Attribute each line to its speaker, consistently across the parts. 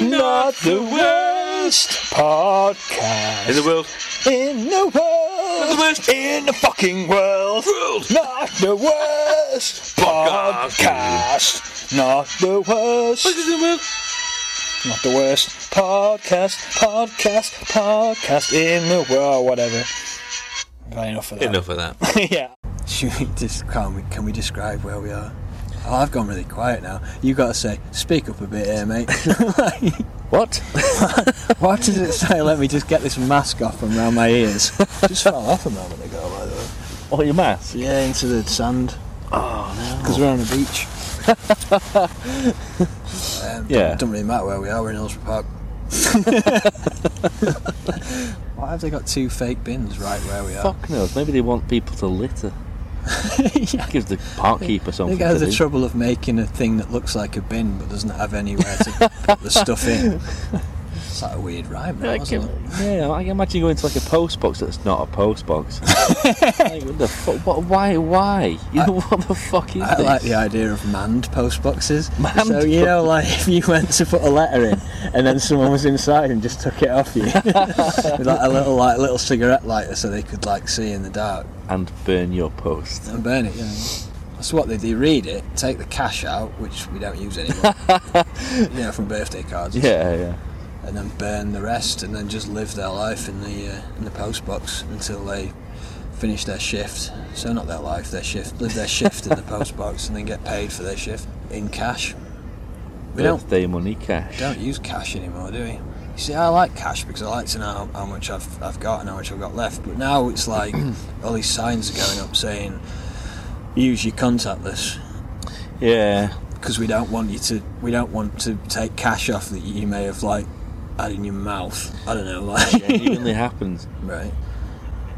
Speaker 1: Not the worst podcast
Speaker 2: In the world.
Speaker 1: in the world.
Speaker 2: the worst.
Speaker 1: In the fucking world.
Speaker 2: World.
Speaker 1: Not the worst podcast. Not the worst.
Speaker 2: in the world.
Speaker 1: Not the worst podcast. Podcast. Podcast in the world. Whatever. Right, enough of that.
Speaker 2: Enough of that.
Speaker 1: yeah.
Speaker 3: Should we just, can we can we describe where we are? Oh, I've gone really quiet now. You got to say, speak up a bit here, mate. like,
Speaker 1: What?
Speaker 3: what does it say? Let me just get this mask off from round my ears. just fell off a moment ago, by the way.
Speaker 1: Oh, your mask.
Speaker 3: Yeah, into the sand. Oh no! Because we're on a beach. um,
Speaker 1: Yeah.
Speaker 3: Doesn't really matter where we are. We're in Hillsborough Park. Why have they got two fake bins right where we are?
Speaker 4: Fuck knows. Maybe they want people to litter.
Speaker 3: yeah.
Speaker 4: Gives the park keeper
Speaker 3: I
Speaker 4: something
Speaker 3: think I had
Speaker 4: to
Speaker 3: the
Speaker 4: do.
Speaker 3: trouble of making a thing that looks like a bin but doesn't have anywhere to put the stuff in. It's like a weird rhyme,
Speaker 4: I
Speaker 3: that,
Speaker 4: can,
Speaker 3: wasn't it?
Speaker 4: yeah, I can imagine going to like a post box that's not a post box. like, what the fuck? What, why? Why? You know, what the fuck is
Speaker 3: I
Speaker 4: this?
Speaker 3: like the idea of manned post boxes.
Speaker 4: Manned
Speaker 3: so you know, like if you went to put a letter in and then someone was inside and just took it off you, with like a little like little cigarette lighter so they could like see in the dark
Speaker 4: and burn your post.
Speaker 3: and burn it. You know. That's what they do. Read it, take the cash out, which we don't use anymore. you know, from birthday cards.
Speaker 4: Yeah, yeah.
Speaker 3: and then burn the rest, and then just live their life in the uh, in the post box until they finish their shift. So not their life, their shift. Live their shift in the post box, and then get paid for their shift in cash. We don't
Speaker 4: Birthday money cash.
Speaker 3: don't use cash anymore, do we? You see, I like cash because I like to know how, how much I've, I've got and how much I've got left. But now it's like all these signs are going up saying use your contactless
Speaker 4: Yeah.
Speaker 3: because we don't want you to we don't want to take cash off that you may have like had in your mouth. I don't know, like
Speaker 4: Genuinely happens.
Speaker 3: Right.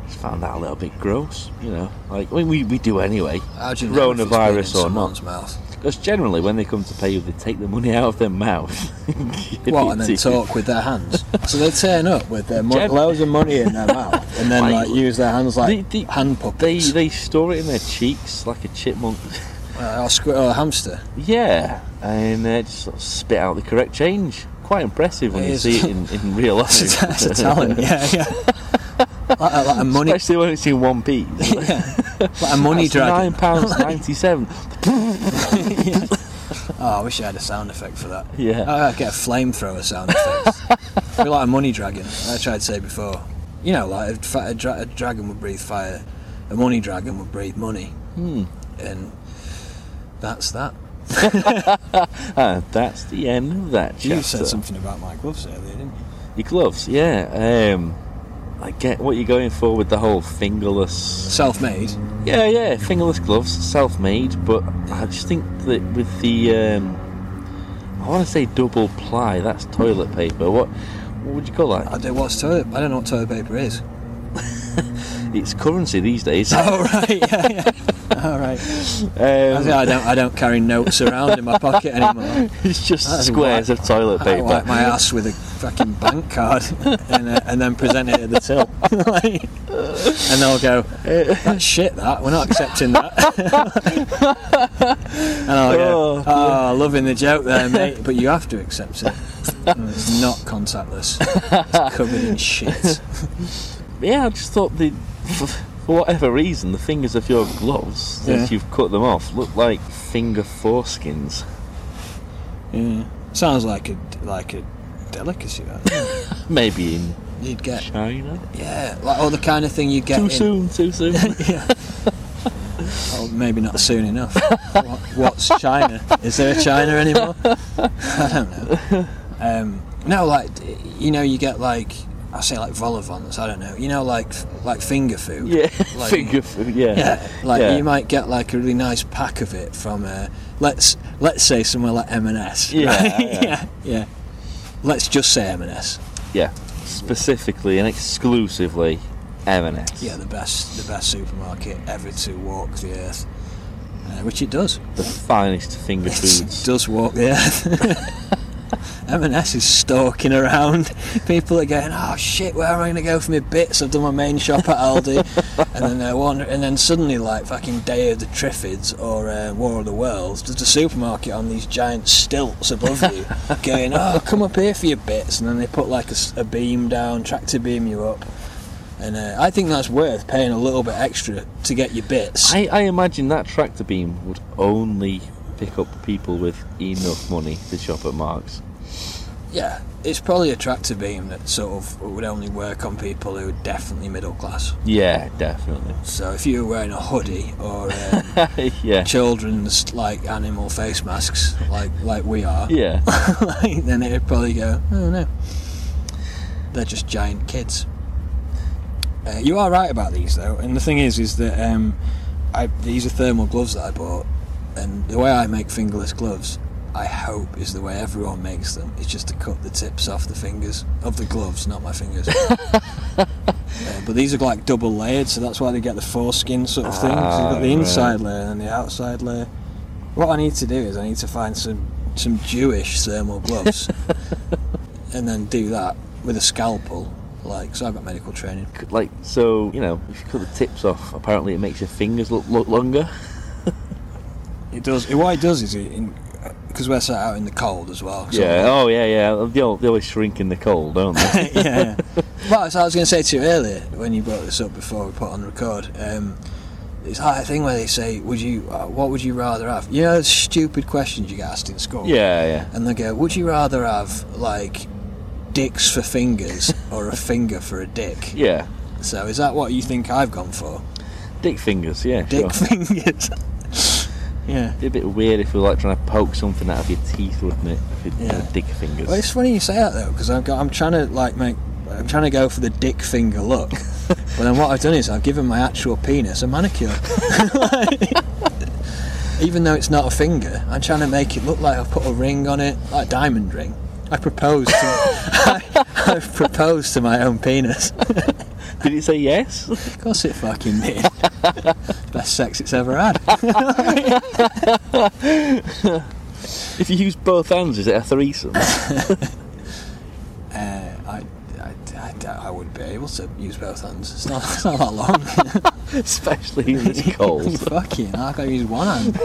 Speaker 4: Just found that a little bit gross. You know, like we we, we do anyway.
Speaker 3: How do you know if it's been in
Speaker 4: Coronavirus or
Speaker 3: someone's
Speaker 4: not?
Speaker 3: Mouth?
Speaker 4: Because generally, when they come to pay you, they take the money out of their mouth. Give
Speaker 3: What,
Speaker 4: it
Speaker 3: and
Speaker 4: to
Speaker 3: then
Speaker 4: you.
Speaker 3: talk with their hands. so they turn up with their mo-
Speaker 4: Gen-
Speaker 3: loads of money in their mouth, and then like,
Speaker 4: Like,
Speaker 3: use their hands like
Speaker 4: they- they-
Speaker 3: hand
Speaker 4: They
Speaker 3: puppets,
Speaker 4: they store it in their cheeks like a chipmunk.
Speaker 3: Uh, or, squ- or a hamster.
Speaker 4: yeah, and uh, just sort of spit out the correct change. Quite impressive when
Speaker 3: It
Speaker 4: you
Speaker 3: is.
Speaker 4: see it in, in real life.
Speaker 3: It's a, it's a talent, yeah, yeah. Like, a- like a money,
Speaker 4: Especially when it's in one piece.
Speaker 3: like a money
Speaker 4: That's
Speaker 3: dragon.
Speaker 4: nine pounds ninety-seven.
Speaker 3: Oh, I wish I had a sound effect for that.
Speaker 4: Yeah.
Speaker 3: Oh, I'd get a flamethrower sound effect. It'd be like a money dragon. I tried to say before. You know, like a, fa- a, dra- a dragon would breathe fire, a money dragon would breathe money, and that's that.
Speaker 4: And that's the end of that chapter.
Speaker 3: Uh, You said something about my gloves earlier, didn't you?
Speaker 4: Your gloves, yeah. Um, I get what you're going for with the whole fingerless
Speaker 3: Self-made.
Speaker 4: Yeah, yeah, fingerless gloves, self-made, but I just think that with the, um, I want to say double ply. That's toilet paper. What, what would you call
Speaker 3: I
Speaker 4: that?
Speaker 3: don't what's toilet. I don't know what toilet paper is.
Speaker 4: It's currency these days.
Speaker 3: Oh right, yeah, yeah. All right. I, think
Speaker 4: Um,
Speaker 3: I don't. I don't carry notes around in my pocket anymore. That's
Speaker 4: it's just squares
Speaker 3: whack.
Speaker 4: of toilet
Speaker 3: I
Speaker 4: paper.
Speaker 3: wipe my ass with a fucking bank card and, uh, and then present it at the till. Like, and they'll go, that's shit, that. We're not accepting that. and I'll go,
Speaker 4: Oh,
Speaker 3: oh, loving the joke there, mate, but you have to accept it. And it's not contactless, it's covered in shit.
Speaker 4: Yeah, I just thought the, for, for whatever reason, the fingers of your gloves since
Speaker 3: Yeah.
Speaker 4: you've cut them off look like finger foreskins.
Speaker 3: Yeah. Sounds like a, like a delicacy, that.
Speaker 4: Maybe in
Speaker 3: You'd get,
Speaker 4: China.
Speaker 3: yeah, like all the kind of thing you'd get
Speaker 4: Too
Speaker 3: in-
Speaker 4: soon. Too soon.
Speaker 3: yeah. Oh, maybe not soon enough. What, what's China? Is there a China anymore? I don't know. Um, no, like you know, you get like I say like volivants. I don't know. You know, like like finger food.
Speaker 4: yeah.
Speaker 3: Like-
Speaker 4: finger food. Yeah.
Speaker 3: Yeah, like
Speaker 4: Yeah.
Speaker 3: you might get like a really nice pack of it from uh, let's let's say somewhere like M&S.
Speaker 4: Yeah,
Speaker 3: right?
Speaker 4: yeah.
Speaker 3: yeah, yeah. Let's just say M&S.
Speaker 4: Yeah, specifically and exclusively M&S.
Speaker 3: Yeah, the best the best supermarket ever to walk the earth, uh, which it does.
Speaker 4: The finest finger
Speaker 3: It
Speaker 4: foods.
Speaker 3: does walk the earth. M&S is stalking around. People are going, oh shit, where am I going to go for my bits? I've done my main shop at Aldi, and then they're wandering, and then suddenly like fucking Day of the Triffids or uh, War of the Worlds, there's a supermarket on these giant stilts above you, going, oh come up here for your bits, and then they put like a, s- a beam down, tractor beam you up. And uh, I think that's worth paying a little bit extra to get your bits.
Speaker 4: I, I imagine that tractor beam would only pick up people with enough money to shop at Marks.
Speaker 3: Yeah, it's probably a tractor beam that sort of would only work on people who are definitely middle class.
Speaker 4: Yeah, definitely.
Speaker 3: So if you were wearing a hoodie or um,
Speaker 4: yeah.
Speaker 3: children's like animal face masks, like like we are,
Speaker 4: Yeah.
Speaker 3: like, then it'd probably go, oh no, they're just giant kids. Uh, you are right about these though, and the thing is, is that um, I, these are thermal gloves that I bought, and the way I make fingerless gloves, I hope is the way everyone makes them. It's just to cut the tips off the fingers of the gloves, not my fingers. Uh, but these are like double layered, so that's why they get the foreskin sort of thing. 'cause you've got the
Speaker 4: Ah,
Speaker 3: inside layer and the outside layer. What I need to do is I need to find some some Jewish thermal gloves, and then do that with a scalpel. Like, so I've got medical training.
Speaker 4: Like, so, you know, if you cut the tips off, apparently it makes your fingers look, look longer.
Speaker 3: It does. What it does is it, because we're sat out in the cold as well. so-
Speaker 4: Yeah. Oh, yeah, yeah. They, al- they always shrink in the cold, don't they?
Speaker 3: yeah, yeah. Well, so I was going to say to you earlier when you brought this up before we put on record. Um, it's like a thing where they say, "Would you? Uh, what would you rather have?" You know, those stupid questions you get asked in school.
Speaker 4: yeah, yeah.
Speaker 3: And they go, "Would you rather have like dicks for fingers or a finger for a dick?"
Speaker 4: Yeah.
Speaker 3: So is that what you think I've gone for?
Speaker 4: Dick fingers, yeah.
Speaker 3: Dick
Speaker 4: sure.
Speaker 3: fingers. yeah.
Speaker 4: It'd be a bit weird if we were like trying to poke something out of your teeth, wouldn't it? If you'd
Speaker 3: Yeah.
Speaker 4: had dick fingers.
Speaker 3: Well, it's funny you say that though, because I've got I'm trying to like make I'm trying to go for the dick finger look, but then what I've done is I've given my actual penis a manicure. Even though it's not a finger, I'm trying to make it look like I've put a ring on it, like a diamond ring. I proposed. To, I, I've proposed to my own penis.
Speaker 4: Did it say yes?
Speaker 3: Of course, it fucking did. Best sex it's ever had. Uh,
Speaker 4: if you use both hands, is it a threesome?
Speaker 3: Uh, I, I, I, I wouldn't be able to use both hands. It's not, it's not that long.
Speaker 4: Especially in this cold.
Speaker 3: Fucking, I can use one hand.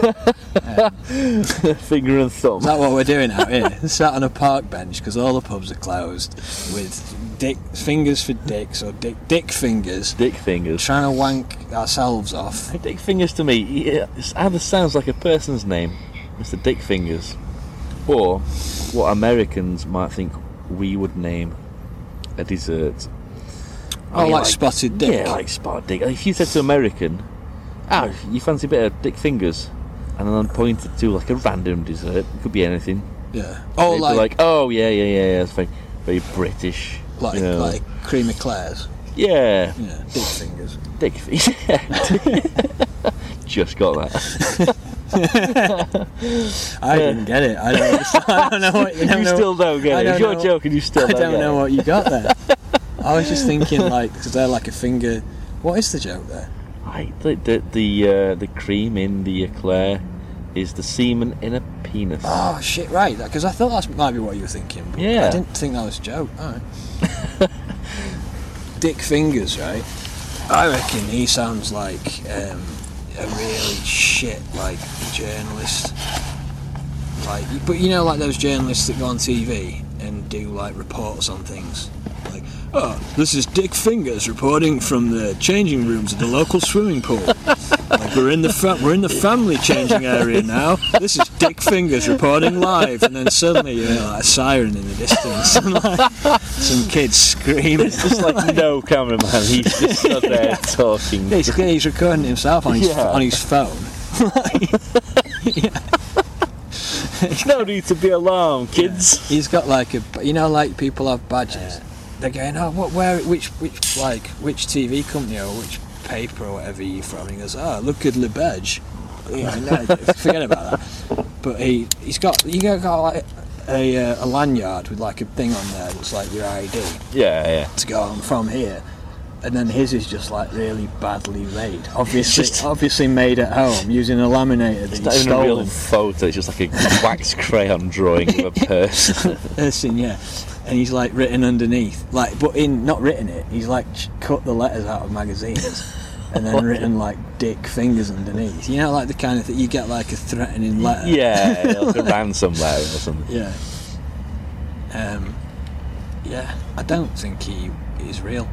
Speaker 4: Finger and
Speaker 3: Is
Speaker 4: thumb.
Speaker 3: that what we're doing out here? Sat on a park bench because all the pubs are closed with dick fingers for dicks or dick dick fingers,
Speaker 4: Dick fingers.
Speaker 3: trying to wank ourselves off.
Speaker 4: Dick fingers to me, yeah, it either sounds like a person's name, Mr. Dick Fingers, or what Americans might think we would name a dessert.
Speaker 3: Oh, like spotted dick.
Speaker 4: Yeah, like spotted dick. If you said to American, "Ah, you fancy a bit of dick fingers," and then pointed to like a random dessert, it could be anything.
Speaker 3: Yeah. Oh,
Speaker 4: They'd
Speaker 3: like
Speaker 4: be
Speaker 3: like
Speaker 4: like, "Oh yeah, yeah, yeah, yeah." It's very, very British.
Speaker 3: like,
Speaker 4: you know.
Speaker 3: cream eclairs.
Speaker 4: yeah,
Speaker 3: Yeah, dick fingers.
Speaker 4: dick fingers. Just got that.
Speaker 3: I didn't get it. I don't, I don't know what you,
Speaker 4: You
Speaker 3: don't know-
Speaker 4: still don't get
Speaker 3: I
Speaker 4: it.
Speaker 3: don't
Speaker 4: If you're
Speaker 3: know-
Speaker 4: joking, you still
Speaker 3: I
Speaker 4: don't,
Speaker 3: don't
Speaker 4: get
Speaker 3: know
Speaker 4: it.
Speaker 3: what you got there. I was just thinking like because they're like a finger. What is the joke there?
Speaker 4: I the the the, uh, the cream in the eclair is the semen in a penis.
Speaker 3: Oh shit! Right, because I thought that might be what you were thinking. But I
Speaker 4: Yeah.
Speaker 3: didn't think that was a joke. All right. Dick fingers, right? I reckon he sounds like um, a really shit like journalist. Like, but you know, like those journalists that go on TV and do like reports on things. Like, oh, this is Dick Fingers reporting from the changing rooms of the local swimming pool. Like, we're in the fa- we're in the family changing area now. This is Dick Fingers reporting live, and then suddenly you hear like a siren in the distance, and like, some kids screaming.
Speaker 4: It's just like no cameraman. He's just stood there talking.
Speaker 3: Basically, he's recording himself on his
Speaker 4: Yeah.
Speaker 3: on his phone.
Speaker 4: There's no need to be alarmed, kids.
Speaker 3: He's got like a you know like people have badges. They're going oh what where which which like which TV company or which paper or whatever you from. He goes oh look at Le Badge. Yeah, no, forget about that. But he he's got you got, got like a, uh, a lanyard with like a thing on there that's like your ID
Speaker 4: Yeah, yeah.
Speaker 3: to go on from here. and then his is just like really badly made. Obviously,
Speaker 4: just-
Speaker 3: obviously made at home using a laminator that
Speaker 4: It's
Speaker 3: he's
Speaker 4: not even a real
Speaker 3: stolen.
Speaker 4: photo, it's just like a wax crayon drawing of a person.
Speaker 3: Person, yeah, and he's like written underneath, like but in not written it. He's like ch- cut the letters out of magazines. And then written like dick fingers underneath. You know, like the kind of thing you get like a threatening letter.
Speaker 4: yeah, like a ransom letter or something.
Speaker 3: Yeah. Um, yeah, I don't think he is real.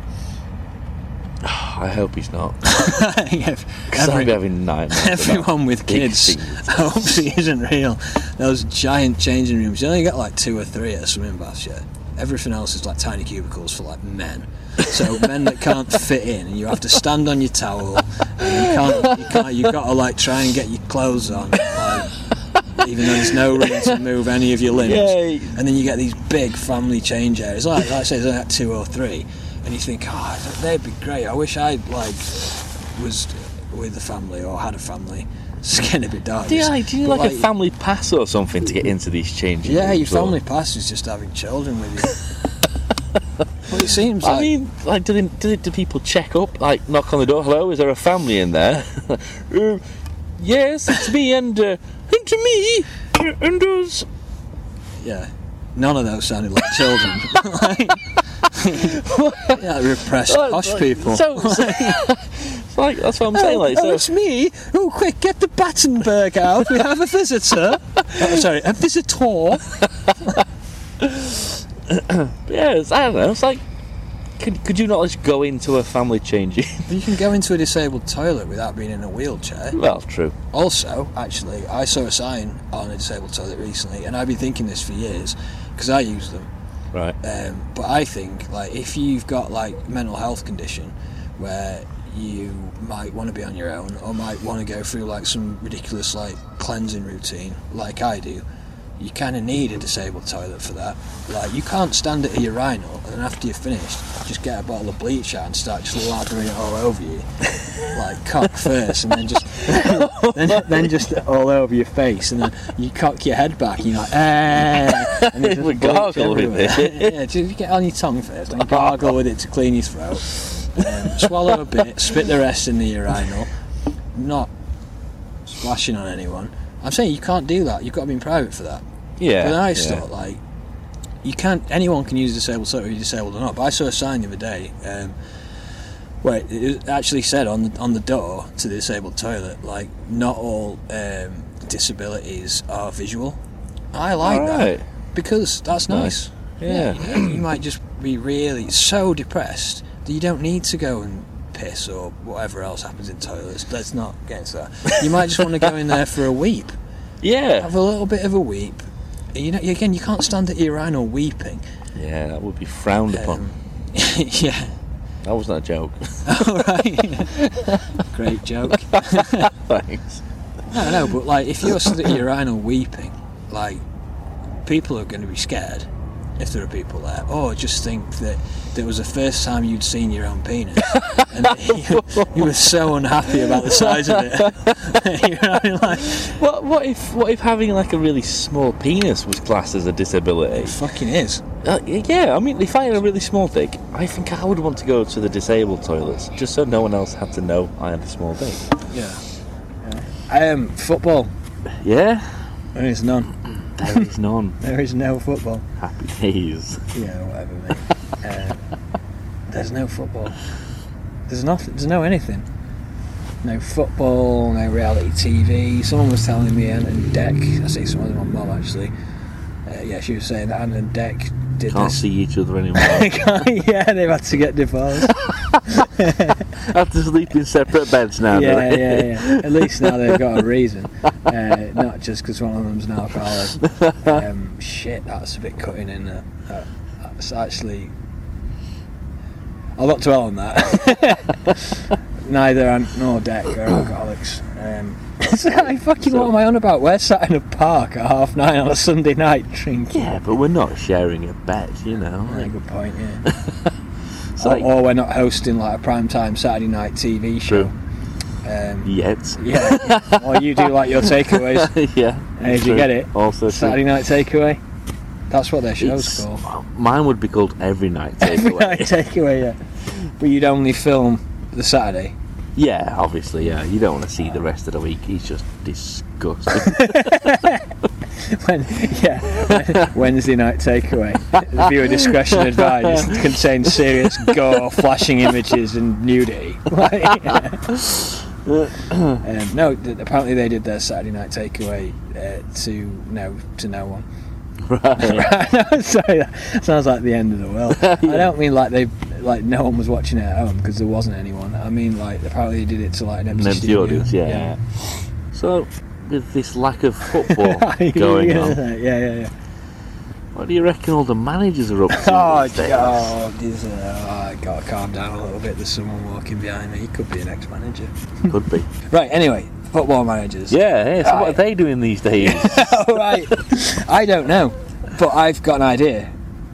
Speaker 4: I hope he's not.
Speaker 3: I think ev-
Speaker 4: Because I'd
Speaker 3: every-
Speaker 4: be having nightmares. about
Speaker 3: everyone with
Speaker 4: big
Speaker 3: kids
Speaker 4: things.
Speaker 3: hopes he isn't real. Those giant changing rooms. You only get like two or three at a swimming bath, yeah. Everything else is like tiny cubicles for like men. So men that can't fit in, and you have to stand on your towel, and you can't, you can't, you gotta like try and get your clothes on, like, even though there's no room to move any of your limbs.
Speaker 4: Yay.
Speaker 3: And then you get these big family change areas. Like, like I say, there's like two or three, and you think, oh, they'd be great. I wish I like was with a family or had a family. It's getting a bit dark.
Speaker 4: Do you,
Speaker 3: isn't it?
Speaker 4: like, do you
Speaker 3: But,
Speaker 4: like, a family pass or something to get into these changes?
Speaker 3: Yeah, your family pass is just having children with you. well, it seems
Speaker 4: I
Speaker 3: like
Speaker 4: mean, like, do, they, do, they, do people check up? Like, knock on the door. Hello, is there a family in there? um, yes, it's me and uh, and to me uh, and us.
Speaker 3: yeah, none of those sounded like children. Like, yeah, repressed
Speaker 4: Like-
Speaker 3: posh
Speaker 4: like-
Speaker 3: people.
Speaker 4: So, so- it's like that's what I'm saying.
Speaker 3: Oh,
Speaker 4: Like,
Speaker 3: oh,
Speaker 4: so,
Speaker 3: it's me! Oh, quick, get the Battenberg out. We have a visitor. oh, sorry, a visitor.
Speaker 4: yeah, it's, I don't know. It's like, could, could you not just go into a family changing?
Speaker 3: You can go into a disabled toilet without being in a wheelchair.
Speaker 4: well, true.
Speaker 3: Also, actually, I saw a sign on a disabled toilet recently, and I've been thinking this for years because I use them.
Speaker 4: Right.
Speaker 3: Um, but I think like if you've got like mental health condition where you might want to be on your own or might want to go through like some ridiculous like cleansing routine like I do, you kind of need a disabled toilet for that. Like you can't stand at a urinal and then after you're finished, just get a bottle of bleach out and start just lathering it all over you, like cock first, and then just then, then just all over your face, and then you cock your head back, and you're like, eh, and it just
Speaker 4: We
Speaker 3: bleach
Speaker 4: gargle with it.
Speaker 3: everywhere. yeah, just get on your tongue first, and gargle with it to clean your throat. Um, swallow a bit, spit the rest in the urinal. Not splashing on anyone. I'm saying you can't do that. You've got to be in private for that.
Speaker 4: Yeah.
Speaker 3: But I
Speaker 4: yeah.
Speaker 3: just thought, like, you can't. Anyone can use a disabled toilet, whether you're disabled or not. But I saw a sign the other day um, where it- it actually said on the, on the door to the disabled toilet, like, not all um, disabilities are visual. I like
Speaker 4: Alright.
Speaker 3: that because that's nice.
Speaker 4: Nice. Yeah.
Speaker 3: you, know, you might just be really so depressed that you don't need to go and piss or whatever else happens in toilets. Let's not get into that. You might just want to go in there for a weep
Speaker 4: Yeah.
Speaker 3: have a little bit of a weep. You know, again, you can't stand at your urinal weeping.
Speaker 4: Yeah, that would be frowned upon.
Speaker 3: Um, yeah.
Speaker 4: that wasn't a joke.
Speaker 3: All right. Great joke.
Speaker 4: Thanks.
Speaker 3: No, no, but like, if you're stood at your urinal weeping, like, people are going to be scared if there are people there, or just think that that was the first time you'd seen your own penis, and that you, you were so unhappy about the size of it. you know, what I mean? like,
Speaker 4: What what if what if having like a really small penis was classed as a
Speaker 3: it
Speaker 4: disability?
Speaker 3: fucking is.
Speaker 4: Uh, yeah, I mean, if I had a really small dick, I think I would want to go to the disabled toilets just so no one else had to know I had a small dick.
Speaker 3: Yeah. Um, football.
Speaker 4: Yeah,
Speaker 3: There is none.
Speaker 4: there is none.
Speaker 3: There is no football.
Speaker 4: Happy days.
Speaker 3: Yeah, whatever, mate. uh, there's no football. There's nothing. There's no anything. No football. No reality TV. Someone was telling me Anna and Deck. I see someone on Mum actually. Uh, yeah, she was saying that Anna and Deck did
Speaker 4: Can't
Speaker 3: this.
Speaker 4: see each other anymore.
Speaker 3: yeah, they've had to get divorced.
Speaker 4: have to sleep in separate beds now.
Speaker 3: yeah,
Speaker 4: don't they?
Speaker 3: yeah, yeah. At least now they've got a reason, uh, not just because one of them's an alcoholic. Um, shit, that's a bit cutting in. Uh, uh, that's actually. I'll not dwell on that. Neither Ant nor Deck are alcoholics. Um, so I fucking what am I on about? We're sat in a park at half nine on a Sunday night drinking.
Speaker 4: Yeah, but we're not sharing a bed, you know.
Speaker 3: Yeah, Oh,
Speaker 4: Like,
Speaker 3: good point. Yeah.
Speaker 4: it's
Speaker 3: or,
Speaker 4: like-
Speaker 3: or we're not hosting like a prime time Saturday night TV show.
Speaker 4: True.
Speaker 3: Um,
Speaker 4: yet.
Speaker 3: Yeah. or you do like your takeaways.
Speaker 4: yeah.
Speaker 3: Hey, did you
Speaker 4: true.
Speaker 3: get it?
Speaker 4: Also, true.
Speaker 3: Saturday night takeaway. That's what their show's
Speaker 4: It's-
Speaker 3: called.
Speaker 4: well, Mine would be called Every Night
Speaker 3: Every night
Speaker 4: Takeaway.
Speaker 3: takeaway, yeah. But you'd only film the Saturday.
Speaker 4: Yeah, obviously, yeah. You don't want to see the rest of the week. He's just disgusting.
Speaker 3: When, yeah, Wednesday night takeaway. Viewer discretion advised. Contains serious gore, flashing images, and nudity. Like, um, no, th- apparently they did their Saturday night takeaway uh, to no to no one.
Speaker 4: right.
Speaker 3: no, sorry, that sounds like the end of the world. I don't mean like they like no one was watching it at home because there wasn't anyone. I mean like apparently they did it to like an empty
Speaker 4: An empty
Speaker 3: studio.
Speaker 4: audience, yeah. So, with this lack of football going
Speaker 3: yeah,
Speaker 4: on,
Speaker 3: yeah, yeah, yeah.
Speaker 4: what do you reckon all the managers are up to?
Speaker 3: Oh,
Speaker 4: these days?
Speaker 3: God, is, uh, I gotta calm down a little bit. There's someone walking behind me. He could be an ex-manager.
Speaker 4: Could be.
Speaker 3: Right. Anyway, football managers.
Speaker 4: Yeah, yeah, so what
Speaker 3: Aye.
Speaker 4: are they doing these days?
Speaker 3: All right. I don't know, but I've got an idea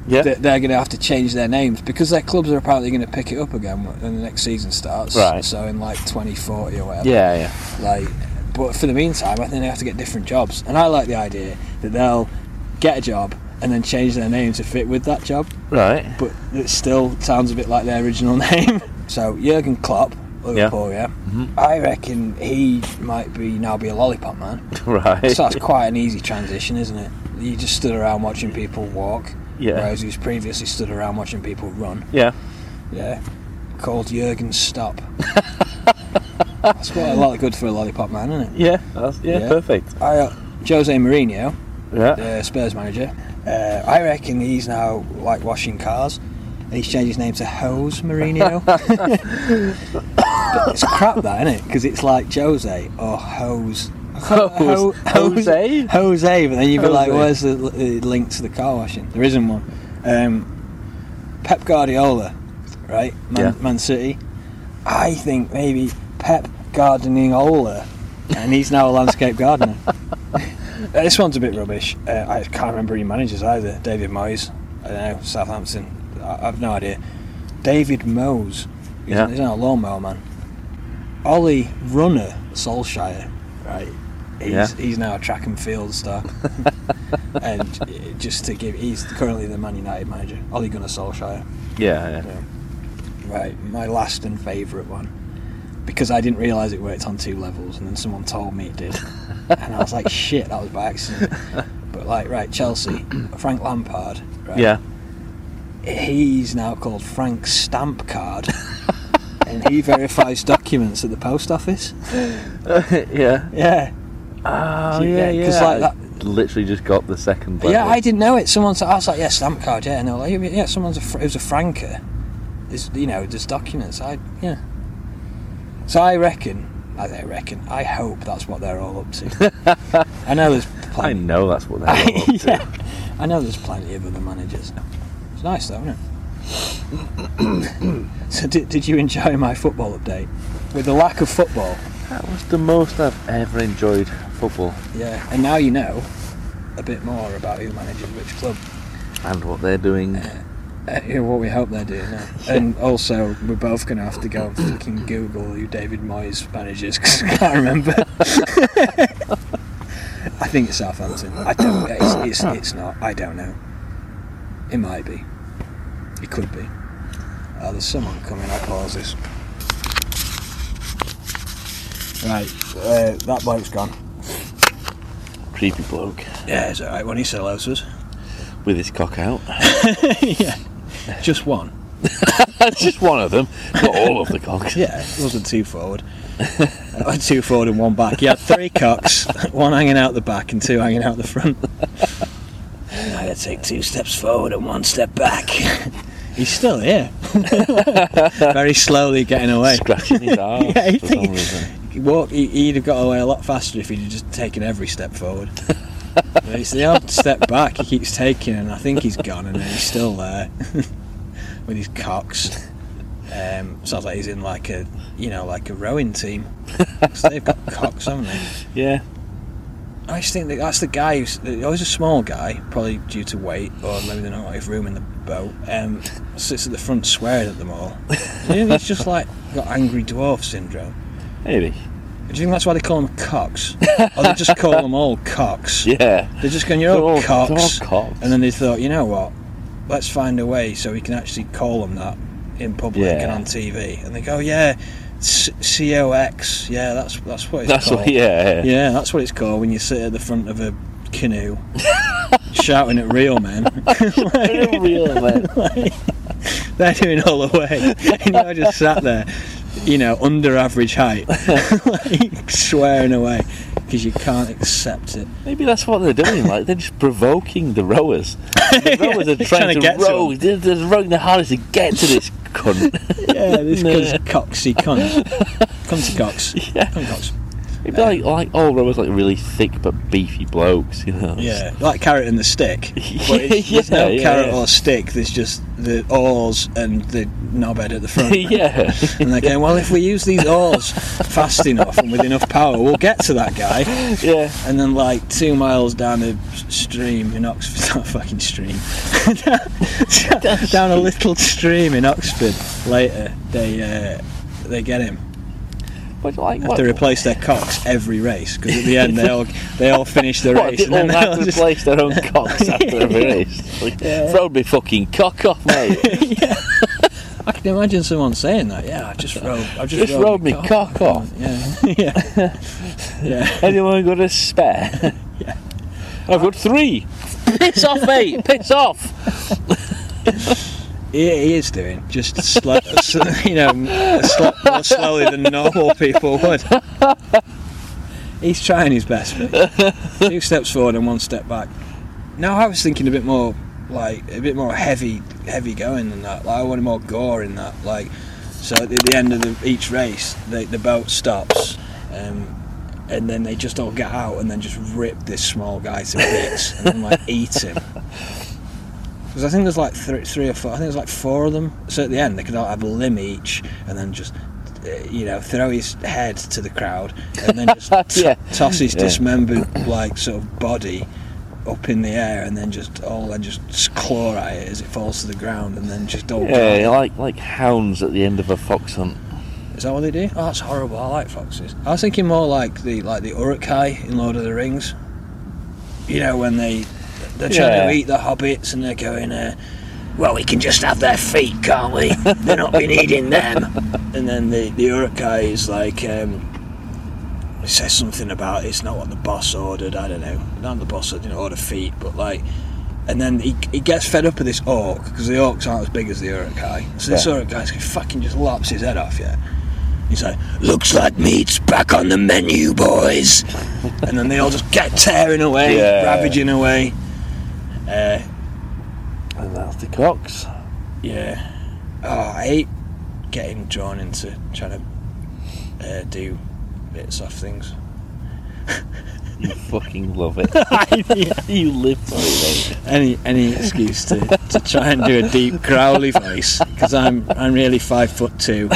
Speaker 4: yeah.
Speaker 3: that they're going to have to change their names because their clubs are apparently going to pick it up again when the next season starts.
Speaker 4: Right.
Speaker 3: So in like 2040 or whatever.
Speaker 4: yeah, yeah.
Speaker 3: Like, but for the meantime, I think they have to get different jobs. And I like the idea that they'll get a job and then change their name to fit with that job.
Speaker 4: Right.
Speaker 3: but it still sounds a bit like their original name. So Jurgen Klopp, Liverpool, yeah.
Speaker 4: Mm-hmm.
Speaker 3: I reckon he might be now be a lollipop man.
Speaker 4: Right.
Speaker 3: So that's quite an easy transition, isn't it? You just stood around watching people walk,
Speaker 4: Yeah.
Speaker 3: whereas he was previously stood around watching people run.
Speaker 4: Yeah.
Speaker 3: Yeah, called Jurgen Stop. that's quite a lot good for a lollipop man, isn't it?
Speaker 4: Yeah. That's, yeah,
Speaker 3: Yeah.
Speaker 4: Perfect.
Speaker 3: I, uh, Jose Mourinho,
Speaker 4: Yeah.
Speaker 3: uh, Spurs manager, uh, I reckon he's now like washing cars. He's changed his name to Hose Mourinho. but it's crap, that isn't it? Because it's like Jose or Hose.
Speaker 4: Hose- Jose?
Speaker 3: Jose, but then you'd be like,
Speaker 4: Jose.
Speaker 3: where's the the uh, link to the car washing? There isn't one. Um, Pep Guardiola, right? Man,
Speaker 4: Yeah.
Speaker 3: Man City. I think maybe Pep Gardening Ola, and he's now a landscape gardener. Uh, This one's a bit rubbish. Uh, I can't remember who managers either. David Moyes. I don't know. Southampton. I, I've no idea. David Moyes. He's,
Speaker 4: Yeah.
Speaker 3: he's not a lawnmower man. Ollie Runner Solskjaer. Right. He's,
Speaker 4: Yeah.
Speaker 3: he's now a track and field star. and uh, just to give, he's currently the Man United manager. Ollie Gunnar Solskjaer.
Speaker 4: Yeah. Yeah.
Speaker 3: Right. My last and favourite one. Because I didn't realise it worked on two levels, and then someone told me it did. and I was like, shit, that was by accident. But, like, right, Chelsea, Frank Lampard, right?
Speaker 4: Yeah.
Speaker 3: He's now called Frank Stamp Card. and he verifies documents at the post office.
Speaker 4: yeah.
Speaker 3: Yeah.
Speaker 4: Oh,
Speaker 3: yeah,
Speaker 4: yeah,
Speaker 3: yeah.
Speaker 4: yeah.
Speaker 3: 'Cause like that-
Speaker 4: I literally just got the second level.
Speaker 3: Yeah, I didn't know it. Someone said, I was like, yeah, Stamp Card, yeah. And they were like, yeah, yeah, someone's a, fr- it was a franker. It's, you know, there's documents. I, yeah. So I reckon, I don't reckon, I hope that's what they're all up to. I know there's
Speaker 4: I
Speaker 3: plenty.
Speaker 4: know that's what they're all up to.
Speaker 3: yeah. I know there's plenty of other managers. It's nice though, isn't it? so did, did you enjoy my football update? With the lack of football,
Speaker 4: That was the most I've ever enjoyed football
Speaker 3: yeah. And now you know a bit more about who manages which club
Speaker 4: and what they're doing.
Speaker 3: and what we hope they're doing. now. And also, we're both going to have to go and fucking Google who David Moyes manages because I can't remember. I think it's Southampton. I don't. It's, it's, it's not. I don't know. It might be. It could be. Oh, there's someone coming. I'll pause this. Right, uh, that bloke's gone.
Speaker 4: Creepy bloke
Speaker 3: Yeah, it's alright when he said hello to us.
Speaker 4: with his cock out.
Speaker 3: yeah. Just one.
Speaker 4: That's just one of them, not all of the cocks.
Speaker 3: Yeah, it wasn't too forward. I had two forward and one back. He had three cocks, one hanging out the back and two hanging out the front. I gotta take two steps forward and one step back. He's still here. Very slowly getting away.
Speaker 4: Scratching his arse
Speaker 3: Yeah, he
Speaker 4: for
Speaker 3: think-
Speaker 4: some reason.
Speaker 3: He Walk, he- he'd have got away a lot faster if he'd have just taken every step forward. But it's the odd step back he keeps taking, and I think he's gone, and then he's still there with his cocks. Um, sounds like he's in like a, you know, like a rowing team. 'Cause they've got cocks, haven't they?
Speaker 4: Yeah,
Speaker 3: I just think that that's the guy who's they're always a small guy, probably due to weight, or maybe they don't have enough room in the boat. Um, sits at the front swearing at them all. You know, He's just like got angry dwarf syndrome.
Speaker 4: maybe.
Speaker 3: Do you think that's why they call them cocks? or they just call them all cocks?
Speaker 4: Yeah.
Speaker 3: They're just going, you're all,
Speaker 4: They're all-
Speaker 3: cocks.
Speaker 4: they're all cocks.
Speaker 3: And then they thought, you know what? Let's find a way so we can actually call them that in public
Speaker 4: Yeah.
Speaker 3: and on TV, and they go, "Yeah, C- COX, yeah, that's that's what it's
Speaker 4: That's
Speaker 3: called."
Speaker 4: what, yeah.
Speaker 3: Yeah, that's what it's called when you sit at the front of a canoe shouting at real men.
Speaker 4: Real, man.
Speaker 3: They're doing all the way. And I just sat there, you know, under average height, like, swearing away because you can't accept it.
Speaker 4: Maybe that's what they're doing. Like they're just provoking the rowers. The rowers are
Speaker 3: they're
Speaker 4: trying,
Speaker 3: trying to
Speaker 4: to,
Speaker 3: get to
Speaker 4: row.
Speaker 3: them.
Speaker 4: they're, they're rowing the hardest to get to this cunt.
Speaker 3: Yeah, this
Speaker 4: Nah.
Speaker 3: cuz coxy cunt. Come to Cox. Come Cox.
Speaker 4: Maybe like like all rowers like really thick but beefy blokes. You know.
Speaker 3: Yeah, like carrot and the stick. But it's, there's
Speaker 4: Yeah,
Speaker 3: no
Speaker 4: yeah,
Speaker 3: carrot
Speaker 4: yeah.
Speaker 3: or stick. There's just the oars and the knobhead at the front.
Speaker 4: yeah.
Speaker 3: And they're going, well, if we use these oars fast enough and with enough power, we'll get to that guy.
Speaker 4: Yeah.
Speaker 3: And then, like, two miles down a s- stream in Oxford, not a fucking stream, down, down a little stream in Oxford later, they uh, they get him.
Speaker 4: But like
Speaker 3: They have to
Speaker 4: what-
Speaker 3: replace their cocks every race because at the end they all they all finish the
Speaker 4: What,
Speaker 3: race
Speaker 4: they all
Speaker 3: they
Speaker 4: have to
Speaker 3: just-
Speaker 4: replace their own cocks after every race. Like, Throw me fucking cock off, mate.
Speaker 3: I can imagine someone saying that. Yeah, I just rode. I just,
Speaker 4: Just rode me cock off.
Speaker 3: Yeah, yeah, yeah.
Speaker 4: Anyone got a spare? I've got three. Piss off, mate. Piss off.
Speaker 3: He, he is doing just slow, s you know, sl- more slowly than normal people would. He's trying his best, but two steps forward and one step back. Now I was thinking a bit more, like a bit more heavy, heavy going than that. Like I wanted more gore in that. Like so, at the end of the, each race, the, the boat stops. Um, and then they just all get out and then just rip this small guy to bits and then like eat him. Because I think there's like three, three or four. I think there's like four of them. So at the end, they could all have a limb each, and then just, uh, you know, throw his head to the crowd, and then just to-
Speaker 4: Yeah.
Speaker 3: toss his
Speaker 4: Yeah.
Speaker 3: dismembered like sort of body up in the air, and then just all and just claw at it as it falls to the ground, and then just all.
Speaker 4: Yeah, like like hounds at the end of a fox hunt.
Speaker 3: Is that what they do? Oh, that's horrible. I like foxes. I was thinking more like the like the Urukai in Lord of the Rings. You know when they they're trying
Speaker 4: Yeah.
Speaker 3: to eat the hobbits and they're going, uh, well, we can just have their feet, can't we? They're not been eating them. And then the the Urukai is like. Um, it says something about it's not what the boss ordered. I don't know. Not the boss didn't order feet, but like, and then he, he gets fed up with this orc because the orcs aren't as big as the urukai. So this
Speaker 4: Yeah.
Speaker 3: orc guy's fucking just lops his head off. Yeah, he's like, looks like meat's back on the menu, boys. and then they all just get tearing away,
Speaker 4: Yeah.
Speaker 3: ravaging away. Uh,
Speaker 4: And that's the cocks.
Speaker 3: yeah. Oh, I hate getting drawn into trying to uh, do bits off things.
Speaker 4: You fucking love it. you live for it, mate.
Speaker 3: any any excuse to, to try and do a deep growly voice because I'm I'm really five foot two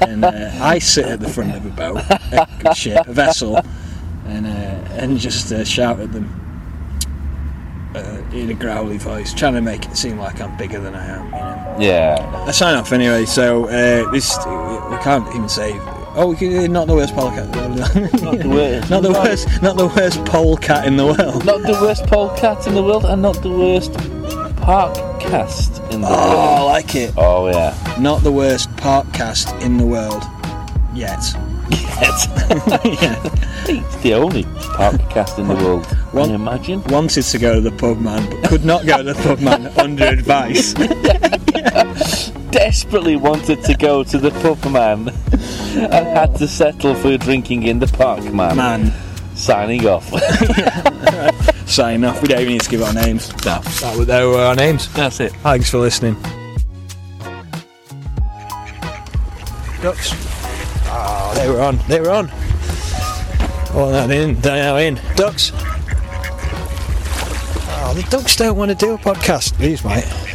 Speaker 3: and uh, I sit at the front of a boat, a ship, a vessel, and uh, and just uh, shout at them uh, in a growly voice, trying to make it seem like I'm bigger than I am. You know.
Speaker 4: Yeah.
Speaker 3: I sign off anyway, so uh, this we can't even say. Oh, we can, not the worst polecat.
Speaker 4: Not the worst.
Speaker 3: Not the worst. Not the worst polecat in the world.
Speaker 4: Not the worst polecat in the world, and not the worst park cast in the
Speaker 3: Oh, I
Speaker 4: world.
Speaker 3: like it.
Speaker 4: Oh yeah.
Speaker 3: not the worst podcast in the world yet. Yeah.
Speaker 4: it's the only park cast in the world. Can
Speaker 3: One-
Speaker 4: you imagine?
Speaker 3: Wanted to go to the pub man, but could not go to the pub man under advice.
Speaker 4: Desperately wanted to go to the pub man, and had to settle for drinking in the park man.
Speaker 3: Man,
Speaker 4: Signing off.
Speaker 3: sign off. We don't even need to give our names.
Speaker 4: No.
Speaker 3: That were, there were our names.
Speaker 4: That's it.
Speaker 3: Thanks for listening. Ducks. Oh, they were on. They were on. Oh, now they're in. They're now in. Ah, Ducks. Oh, the ducks don't want to do a podcast. These, mate.